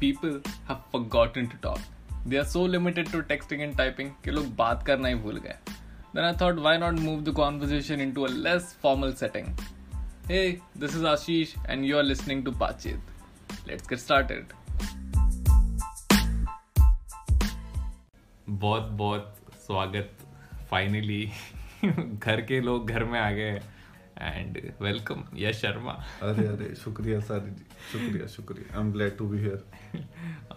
people have forgotten to talk. They are so limited to texting and typing कि लोग बात करना ही भूल गए Then I thought, why not move the conversation into a less formal setting? Hey, this is Ashish, and you are listening to Pachit. Let's get started. बहुत बहुत स्वागत फाइनली घर के लोग घर में आ गए एंड वेलकम यश शर्मा अरे अरे शुक्रिया सारी जी शुक्रिया शुक्रिया I am glad to be here um,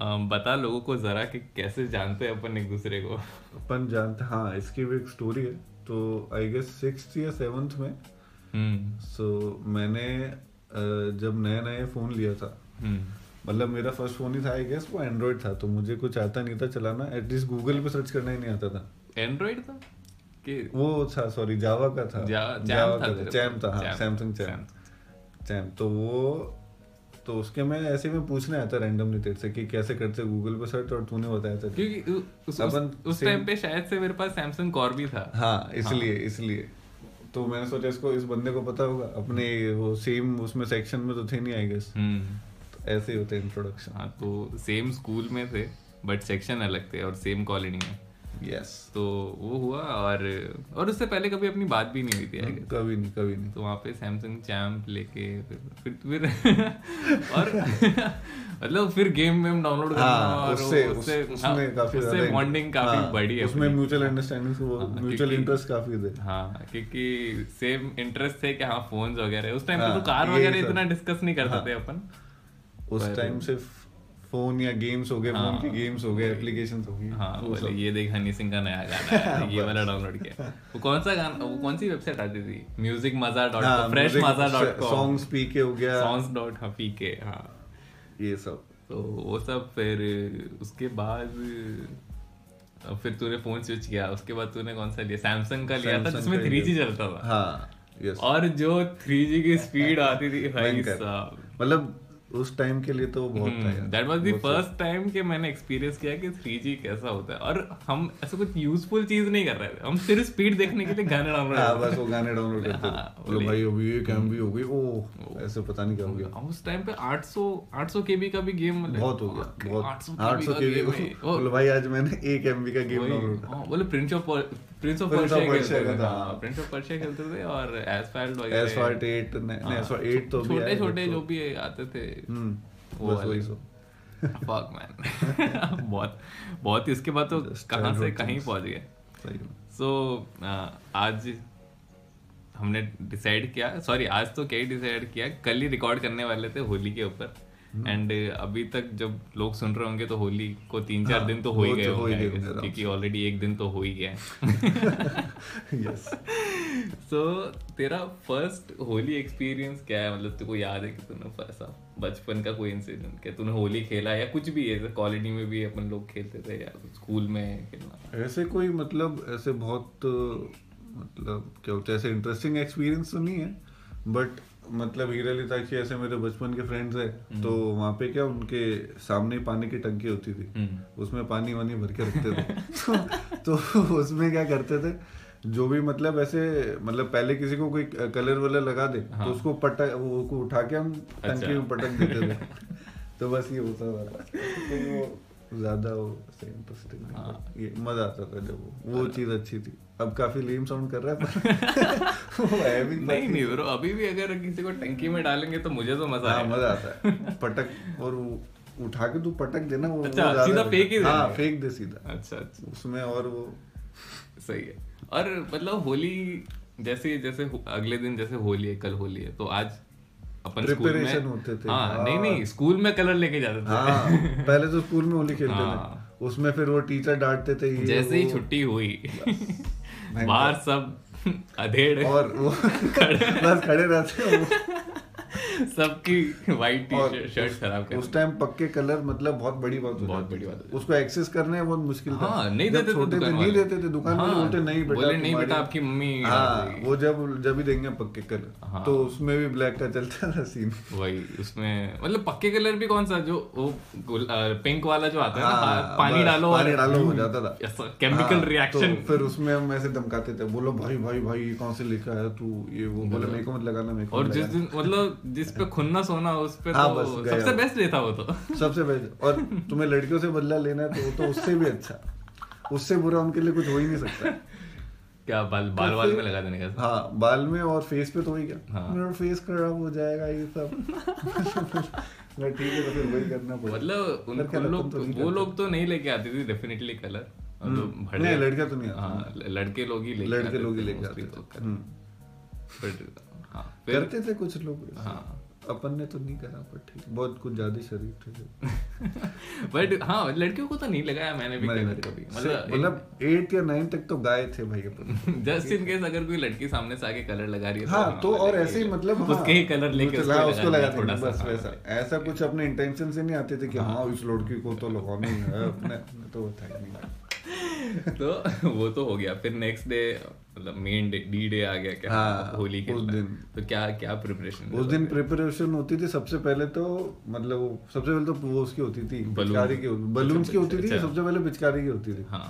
Um, बता लोगों को जरा कि कैसे जानते हैं अपन एक दूसरे को अपन जानते हाँ इसकी भी एक स्टोरी है तो आई गेस सिक्स या सेवन्थ में हम्म, सो मैंने अ, जब नए नए फ़ोन लिया था हम्म, मतलब मेरा फर्स्ट फ़ोन ही था आई गेस वो एंड्रॉयड था तो मुझे कुछ आता नहीं था चलाना एटलीस्ट गूगल पे सर्च करना ही नहीं आता था एंड्रॉइड था तो? कि वो था सॉरी जावा का था जा- जैम जावा था का तेरे था चैम पास। था हाँ जैम, सैमसंग चैम चैम तो वो तो उसके मैं ऐसे में पूछने आया था रैंडमली तेरे से कि कैसे करते गूगल पे सर्च और तूने बताया था क्योंकि उ- उस- अपन उस- उस same- टाइम पे शायद से मेरे पास सैमसंग कॉर भी था हाँ इसलिए इसलिए तो मैंने सोचा इसको इस बंदे को पता होगा अपने वो सेम उसमें सेक्शन में तो थे नहीं आई गेस हम्म, तो ऐसे ही होते इंट्रोडक्शन हाँ तो सेम स्कूल में थे बट सेक्शन अलग थे और सेम कॉलोनी में यस तो वो हुआ और और उससे पहले कभी अपनी बात भी नहीं हुई थी I guess. कभी नहीं कभी नहीं तो वहाँ पे सैमसंग चैम्प लेके फिर फिर फिर और मतलब फिर गेम वेम डाउनलोड करना हाँ और उससे वो- उससे हाँ, उसमें काफी उससे ज्यादा- बॉन्डिंग काफी हाँ, बड़ी है उसमें अपनी। म्यूचुअल अंडरस्टैंडिंग हाँ, म्यूचुअल क्योंकि- इंटरेस्ट काफी थे हाँ क्योंकि सेम इंटरेस्ट थे कि हाँ फोन वगैरह उस टाइम पे हाँ, तो कार यही वगैरह सब। हाँ। इतना डिस्कस नहीं करते थे अपन उस पर- टाइम से फोन या गेम्स हो गए फोन के गेम्स हो गए एप्लीकेशन हो गई हाँ वो बोले सब। ये देख हनी सिंह का नया गाना है ये वाला डाउनलोड किया वो कौन सा गाना वो कौन सी वेबसाइट आती थी म्यूजिक मजा डॉट हाँ, फ्रेश मजा dot com songs P K हो गया सॉन्ग्स डॉट हफी के हाँ ये सब तो वो सब फिर उसके बाद अब फिर तूने फोन स्विच किया उसके बाद तूने कौन सा लिया सैमसंग का लिया था Samsung जिसमें का थ्री ही जी चलता था हाँ यस और जो थ्री जी की स्पीड आती थी भाई भयंकर। साहब हम्म, मतलब उस टाइम के लिए तो वो तो बहुत था यार that was the first time कि मैंने एक्सपीरियंस किया कि थ्री जी कैसा होता है और हम ऐसा कुछ यूजफुल चीज नहीं कर रहे थे हम सिर्फ स्पीड देखने के लिए गाने डाउनलोड हाँ कर रहे बस वो गाने डाउनलोड करते हाँ, Hmm. थे बोलो भाई अभी ये कैम भी हो गई ओ ऐसे पता नहीं क्या हो थे। गया हम उस टाइम पे 800 800 केबी का भी गेम बहुत हो Hmm. गया बहुत 800 आठ सौ का के गेम है। वो- बोलो भाई आज मैंने एक एम का गेम डाउनलोड हाँ, बोले prince of prince of Prince of Persia Persia खेलते का थे था। हाँ, प्रिंस ऑफ पर्शिया खेलते थे और एसफाल्ट वगैरह हाँ, एसफॉल्ट एट नहीं एसफॉल्ट एट तो भी छोटे आया, छोटे but जो तो- भी आते थे हम्म, वो बस वाले। वही सब फक मैन बहुत बहुत ही उसके बाद तो कहाँ से childhood कहीं things. पहुंच गए सही में। सो आज हमने डिसाइड किया सॉरी आज तो क्या ही डिसाइड किया कल ही रिकॉर्ड करने वाले थे होली के ऊपर हम्म। एंड अभी तक जब लोग सुन रहे होंगे तो होली को तीन चार हाँ, दिन तो हो ही वो गए तो हो ही होंगे I गए guess, होंगे आराम क्योंकि ऑलरेडी एक दिन तो हो ही गया है यस सो तेरा फर्स्ट होली एक्सपीरियंस क्या है मतलब तुझको याद है कि तूने ऐसा बचपन का कोई इंसिडेंट क्या तूने होली खेला या कुछ भी है कॉलोनी में भी अपन लोग खेलते थे या स्कूल में खेलना ऐसे कोई मतलब ऐसे बहुत अ, मतलब क्या होता है ऐसे इंटरेस्टिंग एक्सपीरियंस तो नहीं है बट मतलब हीरा ली ताकि ऐसे मेरे बचपन के फ्रेंड्स हैं तो वहाँ पे क्या उनके सामने पानी की टंकी होती थी उसमें पानी वानी भर के रखते थे तो, तो उसमें क्या करते थे जो भी मतलब ऐसे मतलब पहले किसी को कोई कलर वलर लगा दे हाँ। तो उसको पटक वो को उठा के हम अच्छा। टंकी में पटक देते थे तो बस ये होता था तो वो ज्यादा वो इंटरेस्टिंग हाँ। ये मजा आता था जब वो अच्छा। वो चीज अच्छी थी अब काफी लेम साउंड कर रहा है पर वो है भी नहीं नहीं ब्रो अभी भी अगर किसी को टंकी में डालेंगे तो मुझे तो मजा हाँ आएगा मजा आता है पटक और वो उठा के तू पटक देना वो वो अच्छा, ज्यादा सीधा बढ़िया। फेंक ही हाँ देना। फेंक दे सीधा अच्छा अच्छा उसमें और वो सही है और मतलब होली जैसे जैसे हो- अगले दिन जैसे होली है कल होली है तो आज अपन स्कूल में Preparation होते थे, हाँ हाँ। नहीं नहीं स्कूल में कलर लेके जाते थे हाँ पहले तो स्कूल में होली खेलते हाँ। थे उसमें फिर वो टीचर डांटते थे ये जैसे ही वो। छुट्टी हुई बाहर सब अधेड़ और वो बस खड़े रहते हैं सबकी वाइट और टी शर्ट खराब कर उस टाइम पक्के कलर मतलब बहुत बड़ी बात होती बहुत थी। बड़ी बात होती उसको एक्सेस करने में बहुत मुश्किल था हाँ नहीं जब देते थे छोटे थे दुकान नहीं वाले। देते थे दुकान वाले हाँ, बोलते नहीं बेटा बोले नहीं तुम्हारी- बेटा आपकी मम्मी डाल हाँ देगी। वो जब जब ही देंगे पक्के कलर हाँ। तो उसमें भी ब्लैक का चलता था सीन वही उसमें मतलब पक्के कलर भी कौन सा जो वो पिंक वाला जो आता है ना हाँ, हाँ, पानी बस, डालो पानी डालो हो जाता था। केमिकल हाँ, रिएक्शन तो फिर उसमें हम ऐसे धमकाते थे बोलो भाई भाई भाई ये कौन से लेकर आया तू ये वो बोले मेरे को मत लगाना मेरे को हाँ। और मत जिस दिन मतलब जिस जिस पे खुन्ना सोना उस पे हाँ, तो बस गया। सबसे बेस्ट डे था वो तो सबसे बेस्ट और तुम्हें लड़कियों से बदला लेना है तो वो तो उससे भी अच्छा उससे बुरा उनके लिए कुछ हो ही नहीं सकता क्या बाल बाल तो वाल फिर- में लगा देने का हाँ बाल में और फेस पे तो वही क्या हाँ। मेरा फेस खराब हो जाएगा ये सब मैं ठीक है तो फिर वही करना पड़ेगा मतलब पर उनको खैर, अपन लोग तो नहीं वो करते। लोग तो नहीं लेके आती थी डेफिनेटली कलर और जो हम्म। मतलब भड़े- नहीं, लड़कियां तो नहीं आती। हाँ लड़के लोग ही लेके लड़के आते लोग ही थे लेके mostly आते तो थे कलर। हम्म। But, हाँ, फिर- करते थे कुछ लोग हाँ। अपन ने तो नहीं करा पर ठीक बहुत कुछ ज्यादा शरीफ थे बट हाँ लड़कियों को तो नहीं लगाया मैंने भी कलर कभी से- मतलब एट या नाइन तक तो गाय थे भाई अपन जस्ट इन केस अगर कोई लड़की सामने से आके कलर लगा रही है हाँ तो और ऐसे ही मतलब हाँ, उसके ही कलर लेके उसको हाँ, उसको लगा देना थोड़ा बस हाँ, वैसा ऐसा कुछ अपने इंटेंशन से नहीं आते थे कि हाँ इस लड़की को तो लगाना ही है अपने अपने तो वो था ही नहीं तो वो तो हो गया फिर नेक्स्ट डे मतलब मेन डे डी डे आ गया क्या हाँ, होली के उस दिन। तो क्या क्या प्रिपरेशन उस दिन प्रिपरेशन होती थी सबसे पहले तो मतलब वो- सबसे पहले तो वो उसकी होती थी Balloon। पिचकारी की बलून्स की होती थी अच्छा। सबसे पहले पिचकारी की होती थी हाँ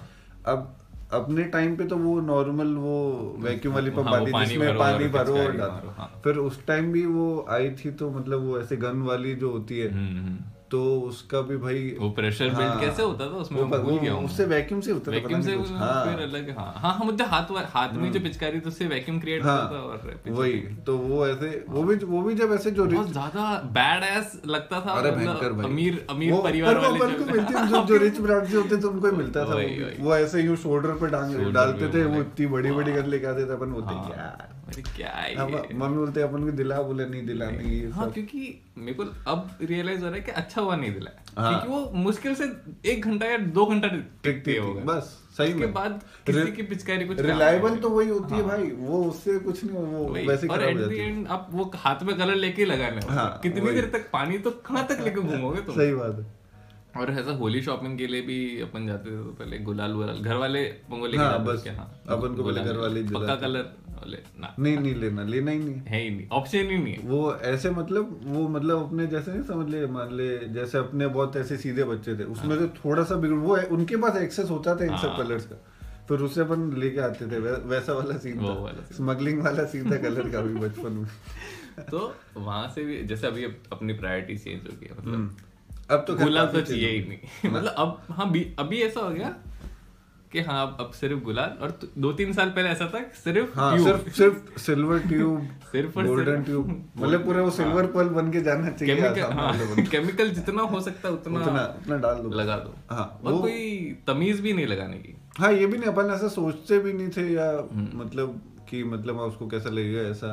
अब अपने टाइम पे तो वो नॉर्मल वो वैक्यूम वाली हाँ, पंप वो आती थी पानी जिसमें भरो पानी और भरो और पिचकारी मारो, डालो हाँ। फिर उस टाइम भी वो आई थी तो मतलब वो ऐसे गन वाली जो होती है हम्म, हम्म। तो उसका भी भाई वो pressure build कैसे होता था? उसमें हाँ। वो मैं पर- भूल वो- गया हूँ। उससे वैक्यूम से होता था वैक्यूम से कुछ, हम्म। फिर अलग हाँ हाँ हाँ मुझे हाथ वा- हाथ में जो पिचकारी तो उससे वैक्यूम क्रिएट होता था और हाँ पिचकारी- वही तो वो ऐसे वो भी वो भी जब ऐसे जो हाँ। बहुत रिच ज्यादा बैड एस लगता था अरे मतलब भयंकर भाई अमीर अमीर वो परिवार अपन को- वाले हाँ। अपन को मिलती थी, जो जो रिच ब्रांड से होते थे उनको ही मिलता था वो वही, भी। वही। वो ऐसे यूं शोल्डर पे डांग Shoulder डालते पे थे वो वो like, इतनी बड़ी बड़ी गन लेके आते थे अपन बोलते हाँ। यार अरे क्या है अब ये? मम्मी बोलते अपन को दिला बोले नहीं दिला नहीं ये हाँ सब क्योंकि मेरे को अब रियलाइज हो रहा है कि अच्छा हुआ नहीं दिलाया हाँ। क्योंकि वो मुश्किल से एक घंटा या दो घंटा टिकते होगा बस सही उसके में। बाद किसी रि- की पिचकारी कुछ काम reliable नहीं हाँ। तो वही होती है भाई वो उससे कुछ नहीं वो वही। वैसे और खराब एट हो द जाती है एंड आप वो हाथ में कलर लेके ही लगाने वाले। हाँ, कितनी वही। देर तक पानी तो कहाँ तक लेके घूमोगे तुम सही बात है और ऐसा होली शॉपिंग के लिए भी अपन जाते थे तो पहले गुलाल वुलाल घर वाले अपन को लेके हाँ, जाते थे बस। कि हाँ, अपन को पहले गुलाल घर वाले ही पक्का दिलाते। कलर वाले ना नहीं नहीं लेना लेना ही नहीं है। है ही नहीं ऑप्शन ही नहीं है वो ऐसे मतलब वो मतलब अपने जैसे नहीं समझ ले मान ले जैसे अपने बहुत ऐसे सीधे बच्चे थे उसमें हाँ। तो थोड़ा सा बिगड़ वो है उनके पास एक्सेस होता था इन सब कलर्स का फिर उससे अपन लेके आते थे वै- वैसा वाला सीन वो था वाला स्मगलिंग वाला सीन था कलर का भी बचपन में तो वहां से भी जैसे अभी अप- अपनी प्रायोरिटी चेंज हो गई है, मतलब अब तो खैर गुलाल तो काफी चाहिए ही change नहीं मतलब अब हाँ भी- अभी ऐसा हो गया कि हाँ अब- अब सिर्फ गुलाल और तो- दो तीन साल पहले ऐसा था कि सिर्फ हाँ tube। सिर्फ सिर्फ सिल्वर ट्यूब सिर्फ और गोल्डन सिर्फ- ट्यूब मतलब पूरा वो सिल्वर पर्ल बन के जाना चाहिए केमिकल आसाम वाले हाँ बंदे। केमिकल जितना हो सकता है उतना उतना उतना डाल दो लगा दो हाँ, और वो- कोई तमीज भी नहीं लगाने की हाँ ये भी नहीं अपन ऐसा सोचते भी नहीं थे या हम्म। मतलब कि मतलब हाँ, उसको कैसा लगेगा ऐसा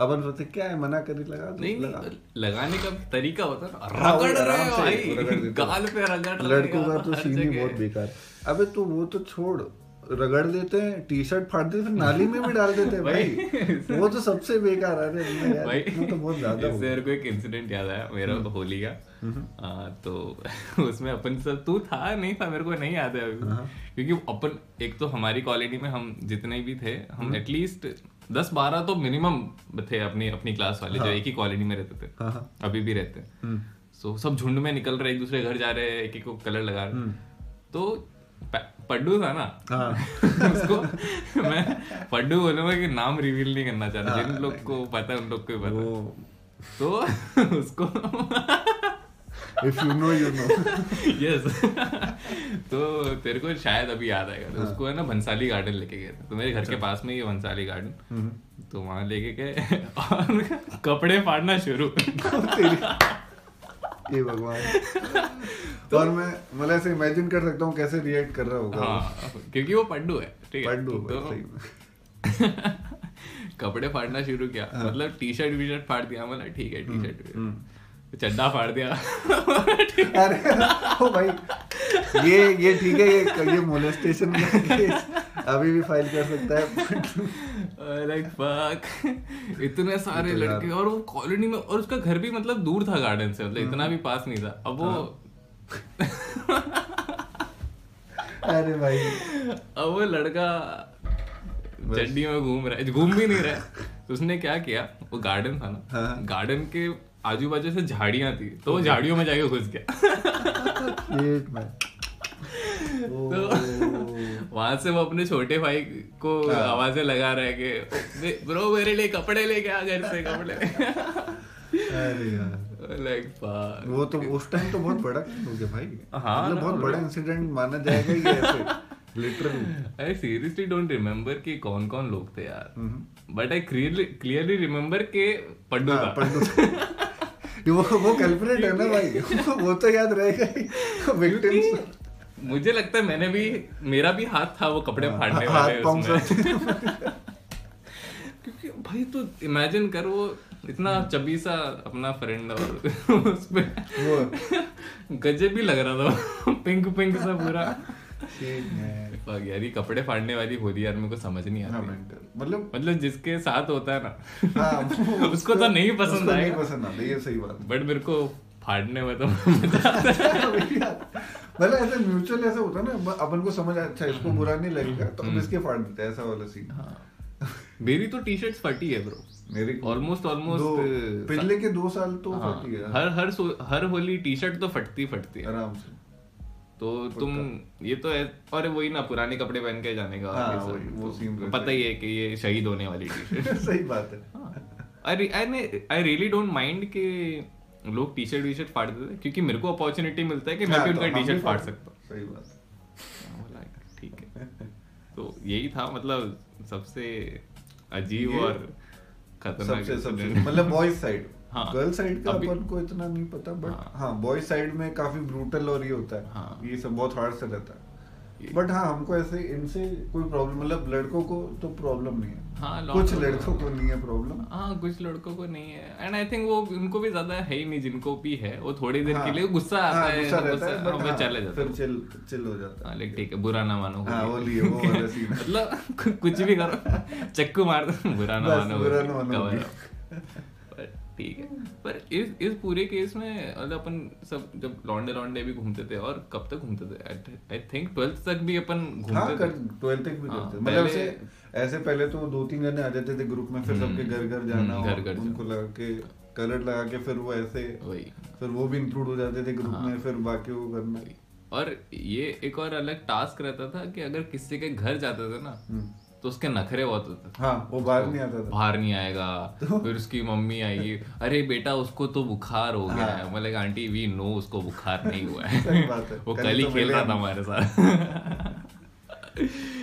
अपन सोचते क्या है मना करी लगा दो, नहीं लगा। नहीं लगाने का भी तरीका होता है ना हाँ, वो रगड़ रहे आराम हो से रगड़ भाई देते गाल पे रगड़ रहे हो लड़कों का यार, तो हर सीन ही जगह। बहुत बेकार अबे तो वो तो छोड़ रगड़ देते हैं टी शर्ट फाड़ देते हैं नाली में भी डाल देते हैं भाई वो तो सबसे बेकार आ रहे यार भाई इतना तो बहुत ज्यादा हो इससे गया। हम्म। मेरे को एक इंसिडेंट याद आया मेरा होली का आ, तो उसमें अपन सब तू था नहीं था मेरे को नहीं याद है अभी हाँ। क्योंकि अपन एक तो हमारी कॉलोनी में हम जितने भी थे हम हम्म। एटलीस्ट दस बारह तो मिनिमम थे अपनी अपनी क्लास वाले जो एक ही कॉलोनी में रहते थे हाँ, हाँ। अभी भी रहते हैं सो सब झुंड में निकल रहे एक दूसरे के घर जा रहे एक एक को कलर लगा रहे तो प- पड्डू था ना हम्म। हाँ उसको मैं पड्डू बोलूंगा कि नाम रिवील नहीं करना चाहता जिन लोग को पता है उन लोग को ही पता है। हाँ, वो तो उसको if you know you know yes तो तेरे को शायद अभी याद आएगा हाँ। तो उसको है ना भंसाली गार्डन लेके गए थे तो मेरे घर के अच्छा। पास में ही है भंसाली गार्डन हम्म। तो वहां लेके गए और कपड़े फाड़ना शुरू ये तो- भगवान और मैं मतलब ऐसे इमेजिन कर सकता हूँ कैसे रिएक्ट कर रहा होगा हाँ क्योंकि वो पड्डू है ठीक है पड्डू तो- सही में। कपड़े फाड़ना शुरू किया हाँ। मतलब टी शर्ट वी शर्ट फाड़ दिया मतलब ठीक है टी हम्म, शर्ट चड्डा फाड़ दिया अरे ओ भाई ये ये ठीक है ये ये मोलेस्टेशन का केस अभी भी फाइल कर सकता है लाइक फक इतने सारे तो यार। लड़के और वो कॉलोनी में और उसका घर भी मतलब दूर था गार्डन से मतलब हम्म। इतना भी पास नहीं था अब वो हाँ। अरे भाई अब वो लड़का चड्डी में घूम रहा है घूम भी नहीं रहा है तो उसने क्या किया वो गार्डन था ना हाँ। गार्डन के आजू बाजू से झाड़ियां थी तो वो झाड़ियों में जाके घुस गया एक मिनट तो ओ, वहां से वो अपने छोटे भाई को हाँ। आवाजें लगा रहे कि ब्रो मेरे लिए कपड़े लेके आ घर से कपड़े अरे यार लाइक like, वो तो उस टाइम तो बहुत बड़ा कांड हो गया भाई हाँ मतलब ना, बहुत बड़ा इंसिडेंट माना जाएगा ये ऐसे literally I seriously don't remember कि कौन कौन लोग थे यार हम्म, बट आई क्लियरली रिमेम्बर के पड्डू हाँ, था वो वो कल्परेट है ना भाई वो- वो तो याद रहेगा ही विक्टिम्स क्योंकि मुझे लगता है मैंने भी मेरा भी हाथ था वो कपड़े फाड़ने वाले हाँ, हाथ पांव उसमें। क्योंकि भाई तो इमेजिन कर वो इतना हाँ। चबी सा अपना फ्रेंड और उसमें वो गजे भी लग रहा था पिंक पिंक सा पूरा ठीक है Fuck यार ये कपड़े फाड़ने वाली होली यार मेरे को समझ नहीं हाँ, आती mental. मतलब मतलब जिसके साथ होता है ना हाँ, वो- उसको तो नहीं पसंद उसको नहीं आएगा। पसंद आता ये सही बात बट मेरे को फाड़ने में तो मजा आता है। मतलब ऐसे म्यूचुअल ऐसा होता है ना ब- अपन को समझ आया, अच्छा इसको बुरा नहीं लगेगा तो हम इसके फाड़ देते हैं ऐसा वाला सीन हाँ। मेरी तो टी शर्ट फटी है ब्रो मेरे ऑलमोस्ट दो- ऑलमोस्ट पिछले के दो साल तो फटी हाँ। है हर हर सो- हर होली टी शर्ट तो फटती फटती है आराम से तो तुम ये तो है और वही ना पुराने कपड़े पहन के जाने का हाँ, ये सब। वही- वो तो scene रहता पता ही है कि ये शहीद होने वाली टी शर्ट सही बात है Ah, I really don't mind कि लोग टी शर्ट वी शर्ट फाड़ देते हैं, क्योंकि मेरे को अपॉर्चुनिटी मिलता है कि मैं हाँ, भी तो उनका हम टी शर्ट भी फाड़ सकता हूँ सही बात है। मैं बोला, ठीक है तो यही था मतलब सबसे अजीब ये और खतरनाक सबसे सबसे incident। मतलब बॉयज साइड हाँ। गर्ल साइड का अभी- अपन को इतना नहीं पता हाँ। बट हाँ बॉयज साइड में काफी ब्रूटल और ये होता है हाँ। ये सब बहुत हार्ड से रहता है ये- बट हाँ हमको ऐसे इनसे कोई प्रॉब्लम मतलब लड़कों को तो प्रॉब्लम नहीं है हाँ, lot कुछ of- लड़कों को नहीं है प्रॉब्लम हाँ कुछ लड़कों को नहीं है एंड आई थिंक वो उनको भी ज्यादा है ही नहीं जिनको भी है वो थोड़ी देर हाँ। के लिए गुस्सा आता हाँ, है गुस्सा रहता है गुस्सा- but हाँ, वो हाँ, चले जाता फिर है चिल चिल हो जाता हाँ, लेकिन ठीक है बुरा ना मानो हाँ, होली। वो लिए, वो वाला scene। मतलब कु- कुछ भी करो चक्कू मार दो बुरा ना बस, मानो बुरा होली, ना मानो cover होली। up। पर ठीक है पर इस इस पूरे केस में मतलब अपन सब जब लौंडे लौंडे भी घूमते थे और कब तक घूमते थे आई थिंक ट्वेल्थ तक भी अपन है हाँ घूमते कर थे ट्वेल्थ तक भी हाँ, करते पहले- मतलब ऐसे ऐसे पहले तो दो तीन जने आ जाते थे ग्रुप में फिर सबके घर घर जाना हम्म, और घर-घर जाना। उनको लगा के कलर लगा के फिर वो ऐसे वही फिर वो भी इंक्लूड हो जाते थे ग्रुप हाँ। में फिर बाकी वो करना और ये एक और अलग टास्क रहता था कि अगर किसी के घर जाते थे ना हम्म। तो उसके नखरे बहुत होते थे हाँ वो बाहर नहीं आता था तो तो बाहर नहीं आएगा फिर उसकी मम्मी आएगी अरे बेटा उसको तो बुखार हो गया है मतलब आंटी वी नो उसको बुखार नहीं हुआ हाँ। सही बात है है। वो कल कल ही तो खेल मिले रहा था हम। हमारे साथ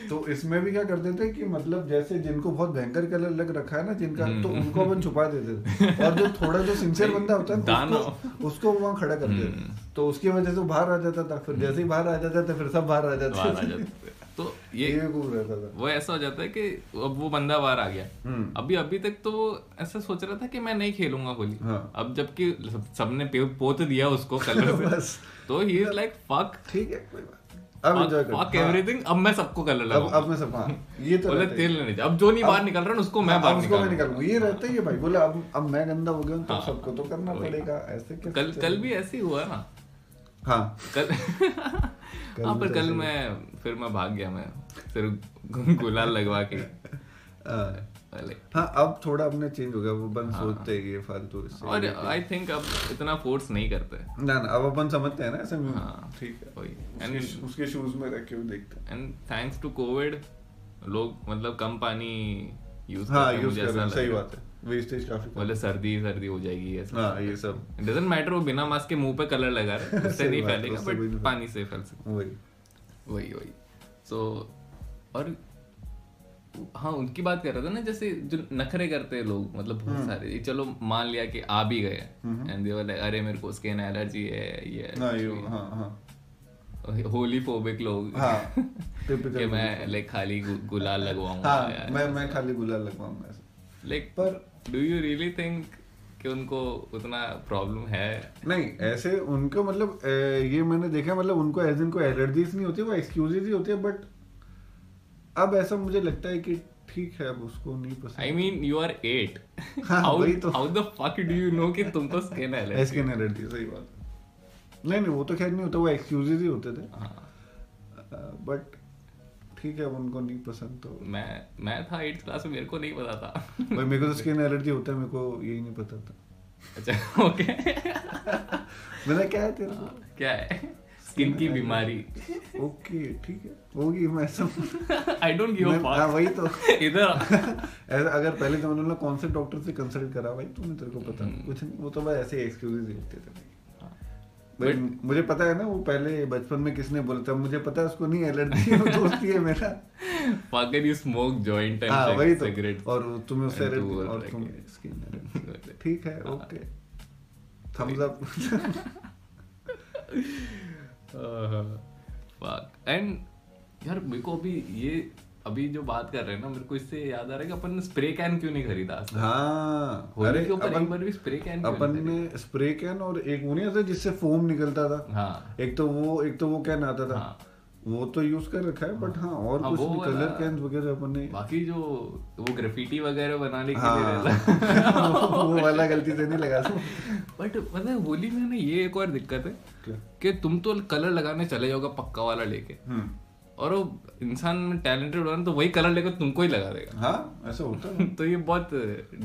तो इसमें भी क्या करते थे कि मतलब जैसे जिनको बहुत भयंकर कलर लग रखा है ना जिनका तो हम्म। उनको अपन छुपा देते थे और जो थोड़ा जो सिंसियर बंदा होता है ना, दाना। उसको, उसको वहाँ खड़ा कर देते हम्म। थे। तो उसकी वजह से वो बाहर आ जाता था फिर जैसे ही बाहर आ जाता था फिर सब बाहर आ बाहर आ जाते थे जाते थे। तो ये ये खूब रहता था वो ऐसा हो जाता है कि अब वो बंदा बाहर आ गया हम्म। अभी अभी तक तो वो ऐसा सोच रहा था कि मैं नहीं खेलूंगा होली हाँ। अब जबकि सब- सबने पे- पोत दिया उसको कलर बस। से तो ही इज लाइक फक ठीक है कोई बात नहीं। अब एंजॉय फक कर हाँ। एवरीथिंग अब मैं सबको कलर अब लगाऊंगा अब मैं सब हाँ ये तो बोले रहता ही है। तेल नहीं अब जो नहीं बाहर निकल रहा ना उसको मैं हाँ, बाहर उसको मैं निकाल निकालूंगा ये रहता ही है भाई बोला अब अब मैं गंदा हो गया हूं, तो सबको तो करना पड़ेगा ऐसे कैसे हाँ। कल चलेगा? कल भी ऐसे ही हुआ ना हाँ कल हाँ पर कल मैं फिर मैं भाग गया मैं फिर गु- गुलाल लगवा के अ, वाले। हाँ अब थोड़ा अपने चेंज हो गया वो अपन सोचते हैं ये फालतू इससे हाँ। और आई थिंक अब इतना फोर्स नहीं करते ना ना अब अपन समझते हैं ना ऐसे में हाँ हम्म। ठीक वही है एंड उसके- उसके शूज में रख के भी देखते एंड थैंक्स टू कोविड लोग मतलब कम पानी यूज हैं हाँ करते हैं, यूज मुझे कर ऐसा रहे हैं, लग सही रहा है। बात है वेस्टेज काफी कम। बोले सर्दी सर्दी हो जाएगी ऐसा हाँ ये सब डजेंट मैटर वो बिना मास्क के मुंह पे कलर लगा रहा है उससे सही नहीं बात, फैलेगा उससे भी नहीं बट फैलेगा। पानी से फैल सकता वही है। वही वही सो और हाँ उनकी बात कर रहा था ना जैसे जो नखरे करते हैं लोग मतलब हम्म। बहुत सारे ये चलो मान लिया कि आ भी गए एंड दे वाले अरे मेरे को स्किन एलर्जी है ये है, हाँ ये हाँ हाँ हो- होली फोबिक लोग हाँ कि टिपिकल मैं लाइक खाली गु- गुलाल लगवाऊंगा हाँ मैं मैं खाली गुलाल लगवाऊंगा ऐसे लाइक पर डू यू रियली थिंक कि उनको उतना प्रॉब्लम है नहीं ऐसे उनका मतलब अ, ये मैंने देखा मतलब उनको एज इनको एलर्जीज नहीं होती वो एक्सक्यूजेज ही होते हैं बट अब ऐसा मुझे लगता है कि ठीक है अब उसको नहीं पसंद I mean you are at हाँ, वही तो। How the fuck do you know कि तो तुमको स्किन है एज कैन एलर्जी सही बात नहीं नहीं वो तो खैर नहीं होता वो एक्सक्यूजेज ही होते थे बट ठीक है अब उनको नहीं पसंद तो मैं मैं था एट क्लास में मेरे को नहीं पता था भाई मेरे को तो स्किन एलर्जी होता है मेरे को यही नहीं पता था अच्छा ओके मैंने क्या है तेरे को क्या है स्किन की बीमारी ओके ठीक है होगी मैं सब आई डोंट गिव मैं- अ हाँ, वही तो फक इधर ऐसा अगर पहले तो उन्होंने कौन से डॉक्टर से कंसल्ट करा भाई तुम्हें तेरे को पता नहीं कुछ नहीं वो तो बस ऐसे ही एक्सक्यूजेस देते थे भाई भाई, मुझे पता है ना वो पहले बचपन में किसने बोला था मुझे पता है उसको नहीं एलर्जी है वो दोस्ती है मेरा फकर यू स्मोक जॉइंट हाँ वही एंड तो सिगरेट और वो तुम्हें उससे And allergy- two और like तुम it. skin allergy। ठीक है हाँ। Okay thumbs up fuck and Uh-huh. यार मेरे को अभी ये अभी जो बात कर रहे हैं ना मेरे को इससे याद आ रहा है कि अपन ने स्प्रे कैन क्यों नहीं खरीदा आज तक? हाँ होली अरे के ऊपर अपन एक बार भी स्प्रे कैन क्यों अपन नहीं खरीदा? ने स्प्रे कैन और एक वो नहीं आता जिससे फोम निकलता था हाँ एक तो वो एक तो वो कैन आता था हाँ। वो तो यूज कर रखा है बट हाँ और हाँ, कुछ वो वाला- कलर कैन वगैरह अपन ने बाकी जो वो ग्रेफिटी वगैरह बनाने के लिए हाँ रहता वो वो वाला गलती से नहीं लगा सकते बट पता है होली में ना ये एक और दिक्कत है क्या? कि तुम तो कलर लगाने चले जाओगे पक्का वाला लेके हम्म। और वो इंसान टैलेंटेड होगा ना तो वही कलर लेकर तुमको ही लगा देगा हाँ ऐसा होता है तो ये बहुत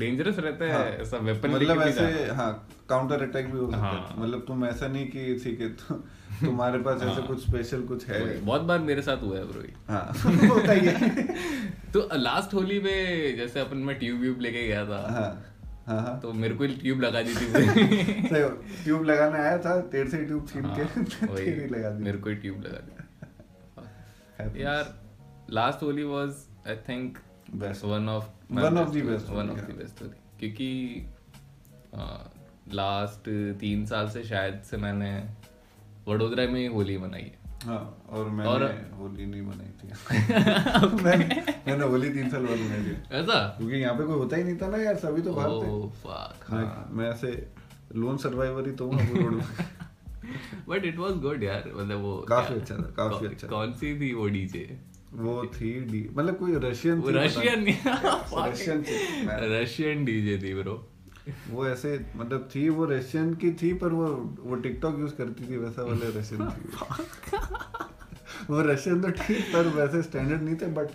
डेंजरस रहता है ऐसा वेपन मतलब ऐसे हाँ काउंटर अटैक भी हो सकता हाँ। है मतलब तुम ऐसा नहीं कि ठीक है तो, तुम्हारे पास ऐसा हाँ। कुछ स्पेशल कुछ है बहुत बार मेरे साथ हुआ है ब्रो ये। हाँ होता ही है तो लास्ट होली में जैसे अपन मैं ट्यूब व्यूब लेके गया था हाँ हाँ हाँ तो मेरे को ट्यूब लगा दी थी पूरी। ट्यूब लगाने आया था तेर से ट्यूब छीन हाँ, के वही, तेरी लगा दी मेरे को ही ट्यूब लगा दी Happens. यार last Holi was I think Best. One of One of the best one Holi, of the yeah. Best Holi क्योंकि लास्ट तीन साल से शायद से मैंने वडोदरा में ही होली मनाई है हाँ और मैंने और- होली नहीं बनाई थी मैंने मैंने होली तीन साल बाद बनाई थी ऐसा Oh, क्योंकि यहाँ पे कोई होता ही नहीं था ना यार सभी तो हाँ। बाहर थे ओह हाँ। फक मैं, मैं ऐसे लोन सर्वाइवर ही तो हूँ अबू रोड में बट इट वाज गुड यार मतलब वो काफी क्या- अच्छा था, काफी कौ- अच्छा था। कौन सी थी वो डीजे वो थी डी मतलब कोई रशियन वो रशियन रशियन थी मैं- रशियन डीजे थी ब्रो वो ऐसे मतलब थी वो रशियन की थी पर वो वो टिकटॉक यूज करती थी वैसा वाले रशियन थी वो रशियन तो ठीक पर वैसे स्टैंडर्ड नहीं थे बट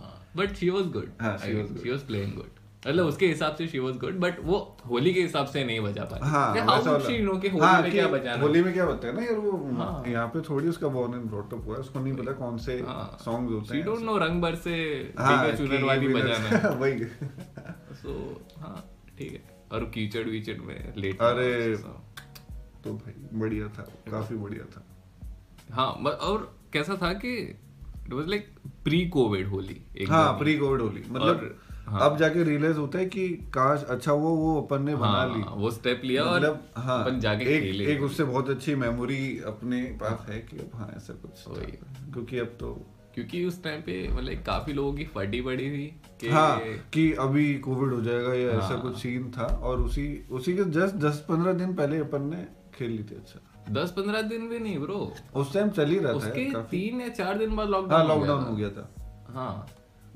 हाँ बट शी वाज गुड हाँ, she was she was playing good मतलब उसके हिसाब से शी वाज गुड बट वो होली के हिसाब से नहीं बजा पाई हाँ वैसा हाउ वाला। शी नो कि होली हाँ, में कि क्या बजाना होली में क्या होता है ना यार वो हाँ। यहाँ पे थोड़ी उसका बॉर्न एंड ब्रॉट अप हुआ है, उसको नहीं पता कौन से सॉन्ग होते शी हैं डोंट नो रंग भर से हाँ, हाँ, चुनर कि वाली winner- बजाना वही सो हाँ ठीक है और कीचड़ वीचड़ में लेट अरे। तो भाई बढ़िया था काफी बढ़िया था हाँ म- और कैसा था कि it was like pre Covid Holi हाँ प्री कोविड होली और- हाँ। मतलब अब जाके रियलाइज होता है कि काश अच्छा वो वो अपन ने बना ली हाँ, वो स्टेप लिया और मतलब हाँ अपन जाके एक, खेले एक उससे बहुत अच्छी मेमोरी अपने पास है कि अब हाँ ऐसा कुछ था। वही। क्योंकि अब तो क्योंकि उस टाइम पे मतलब काफी लोगों की फटी पड़ी थी कि हाँ। हाँ कि अभी कोविड हो जाएगा या ऐसा कुछ सीन था और उसी उसी के जस्ट दस पंद्रह दिन पहले अपन ने खेल ली थी अच्छा दस पंद्रह दिन भी नहीं ब्रो उस टाइम चल ही रहा था उसके यार काफी तीन या चार दिन बाद हाँ लॉकडाउन लॉकडाउन हो गया था हाँ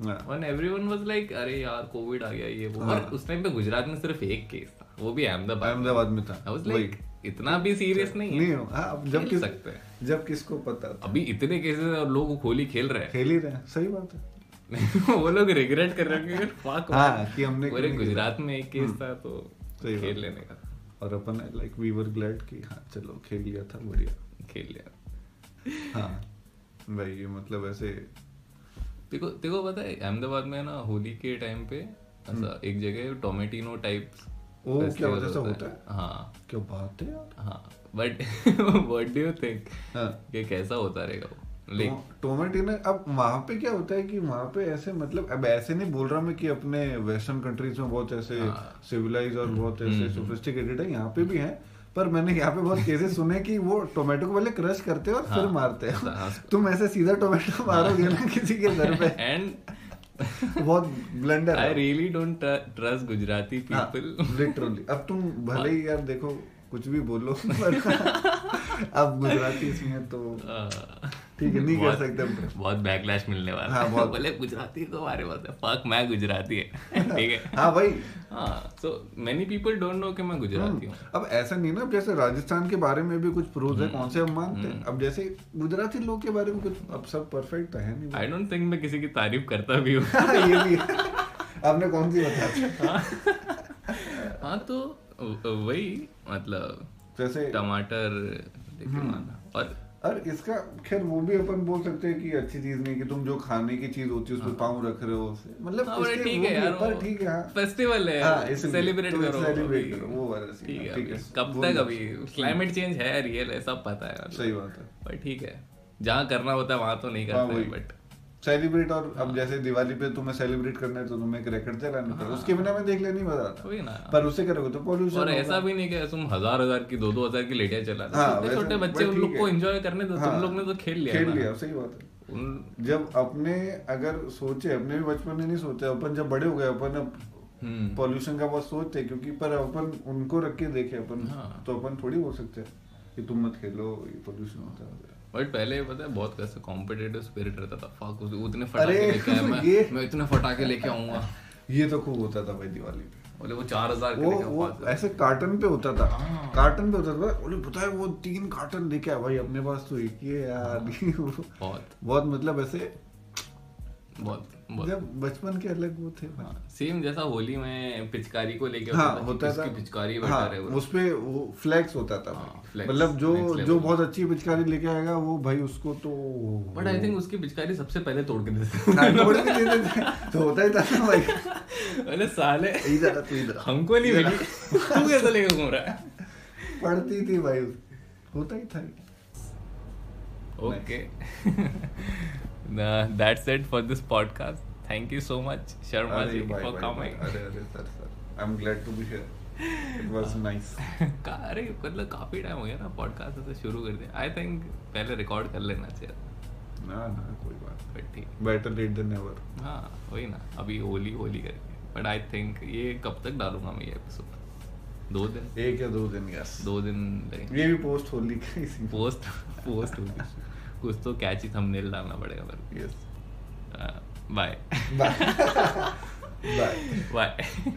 हाँ, वन एवरीवन वाज लाइक अरे यार कोविड आ गया ये वो और उस टाइम पे गुजरात में सिर्फ एक केस था वो भी अहमदाबाद अहमदाबाद में था आई वाज लाइक इतना भी सीरियस नहीं है नहीं हाँ अब जब खेल किस सकते हैं जब किसको पता था अभी इतने केसेस और लोग होली खेल रहे खेल ही रहे हैं, सही बात है हैं वो लोग रिग्रेट कर रहे होंगे फक हाँ कि हमने हम्म। पूरे गुजरात में एक केस था तो सही बात। खेल लेने का और अपन लाइक वी वर ग्लैड कि हाँ चलो खेल लिया था बढ़िया खेल लिया हाँ भाई ये मतलब ऐसे देखो देखो पता है अहमदाबाद में ना होली के टाइम पे ऐसा एक जगह टोमेटिनो टाइप ओ हम्म। क्या होता ऐसा होता है हाँ क्या बात है यार हाँ but what do you think हाँ कि कैसा होता रहेगा वो तो लाइक टोमेटिनो अब वहाँ पे क्या होता है कि वहाँ पे ऐसे मतलब अब ऐसे नहीं बोल रहा मैं कि अपने वेस्टर्न कंट्रीज में बहुत ऐसे सिविलाइज और बहुत ऐसे सोफिस्टिकेटेड है यहाँ पे भी है पर मैंने यहाँ पे बहुत केसेस सुने कि वो टोमेटो को पहले क्रश करते हैं और फिर मारते हैं तुम ऐसे सीधा टोमेटो मारोगे ना किसी के हाँ। घर पे एंड बहुत ब्लंडर आई है रियली डोंट ट्रस्ट गुजराती हाँ, पीपल लिटरली अब तुम भले ही यार देखो कुछ भी बोलो पर हाँ, अब गुजराती इसमें तो ठीक है नहीं कर सकते हम। हाँ। बहुत बैकलैश मिलने वाला हाँ, है। बहुत। बोले गुजराती तो हमारे पास है फक मैं गुजराती है ठीक है हाँ भाई हाँ so many people don't know कि मैं गुजराती हूँ हम्म। अब ऐसा नहीं ना अब जैसे राजस्थान के बारे में भी कुछ प्रोज हम्म। है कौन से हम मानते हैं अब जैसे गुजराती लोग के बारे में कुछ अब सब परफेक्ट तो है नहीं आई डोंट थिंक मैं किसी की तारीफ करता भी हूँ ये भी है। आपने कौन सी बता दी? हाँ तो व- वही मतलब जैसे हम्म। टमाटर लेके माना और और इसका खैर वो भी अपन बोल सकते हैं कि अच्छी चीज नहीं कि तुम जो खाने की चीज होती है उस पर पाँव रख रहे हो मतलब हाँ, बड़े इसके ठीक वो है भी यार पर वो ठीक है हाँ। फेस्टिवल है हाँ, इसलिए। सेलिब्रेट तो करो celebrate अभी। करो, वो वाला सीन ठीक है, है ठीक अभी। है। कब वो तक नहीं। अभी क्लाइमेट चेंज है रियल है सब पता है मतलब। सही बात है पर ठीक है जहाँ करना होता है वहाँ तो नहीं हाँ, करता है वही। बट सेलिब्रेट और हाँ। अब जैसे दिवाली पे तुम्हें सेलिब्रेट करना है तो तुम्हें क्रैकर चलाना पड़ेगा उसके बिना मैं देख ले नहीं मजा आता वही ना पर उससे करोगे तो पॉल्यूशन हाँ। और ऐसा भी नहीं कि तुम हजार हजार की दो दो हजार की लेटियां चला दो। हाँ, छोटे वैसे- छोटे बच्चे वही उन ठीक लोग को है। एंजॉय करने दो तुम हाँ। लोग ने तो खेल लिया खेल ना। लिया सही बात है उन- जब अपने अगर सोचे अपने भी बचपन में नहीं सोचे अपन जब बड़े हो गए अपन हम्म, अब पॉल्यूशन का बहुत सोचते हैं, क्योंकि पर अपन उनको रख के देखे अपन हाँ। तो अपन थोड़ी बोल सकते हैं कि तुम मत खेलो ये पोल्यूशन होता है वगैरह। बट पहले पता है बहुत कैसे कॉम्पिटेटिव स्पिरिट रहता था फक उतने फटाके अरे, लेके आया मैं ये- मैं इतने फटाके लेके आऊंगा ये तो खूब होता था भाई दिवाली पे बोले वो चार हजार वो लेके वो आओ ऐसे कार्टन पे होता था कार्टन पे होता था बोले पता है वो तीन कार्टन लेके आया भाई अपने पास तो एक ही है यार वो बहुत बहुत मतलब ऐसे बहुत बहुत जब बचपन के अलग वो थे सेम जैसा होली में पिचकारी को लेके हाँ होता था किसकी पिचकारी बता रहे हाँ, हो उस पे वो फ्लैक्स होता था हाँ, भाई। flex, मतलब जो next level। जो बहुत अच्छी पिचकारी लेके आएगा वो भाई उसको तो बट आई थिंक उसकी पिचकारी सबसे पहले तोड़ के देते थे। हाँ, तोड़ के दे देते हैं। तो होता ही था ना भाई अरे साले इधर आ, तू इधर आ। हमको नहीं मिली तू कैसे लेके घूम रहा है पड़ती थी भाई उसकी। होता ही था Okay. Nah, that's it for this podcast. Thank you so much, Sharma अरे ji, भाई, for भाई, भाई, coming. अरे अरे sir sir I am glad to be here it was nice का- अरे मतलब काफी टाइम हो गया ना पॉडकास्ट ऐसे शुरू कर दिया आई थिंक पहले रिकॉर्ड कर लेना चाहिए था। ना ना कोई बात बट ठीक बेटर लेट देन नेवर हाँ वही ना अभी होली होली करके बट आई थिंक ये कब तक डालूंगा मैं ये एपिसोड दो दिन एक या दो दिन यस दो दिन लगेंगे ये भी पोस्ट होली का इसी पोस्ट पोस्ट होगी कुछ तो कैची थंबनेल डालना पड़ेगा हाँ, पर yes bye bye bye bye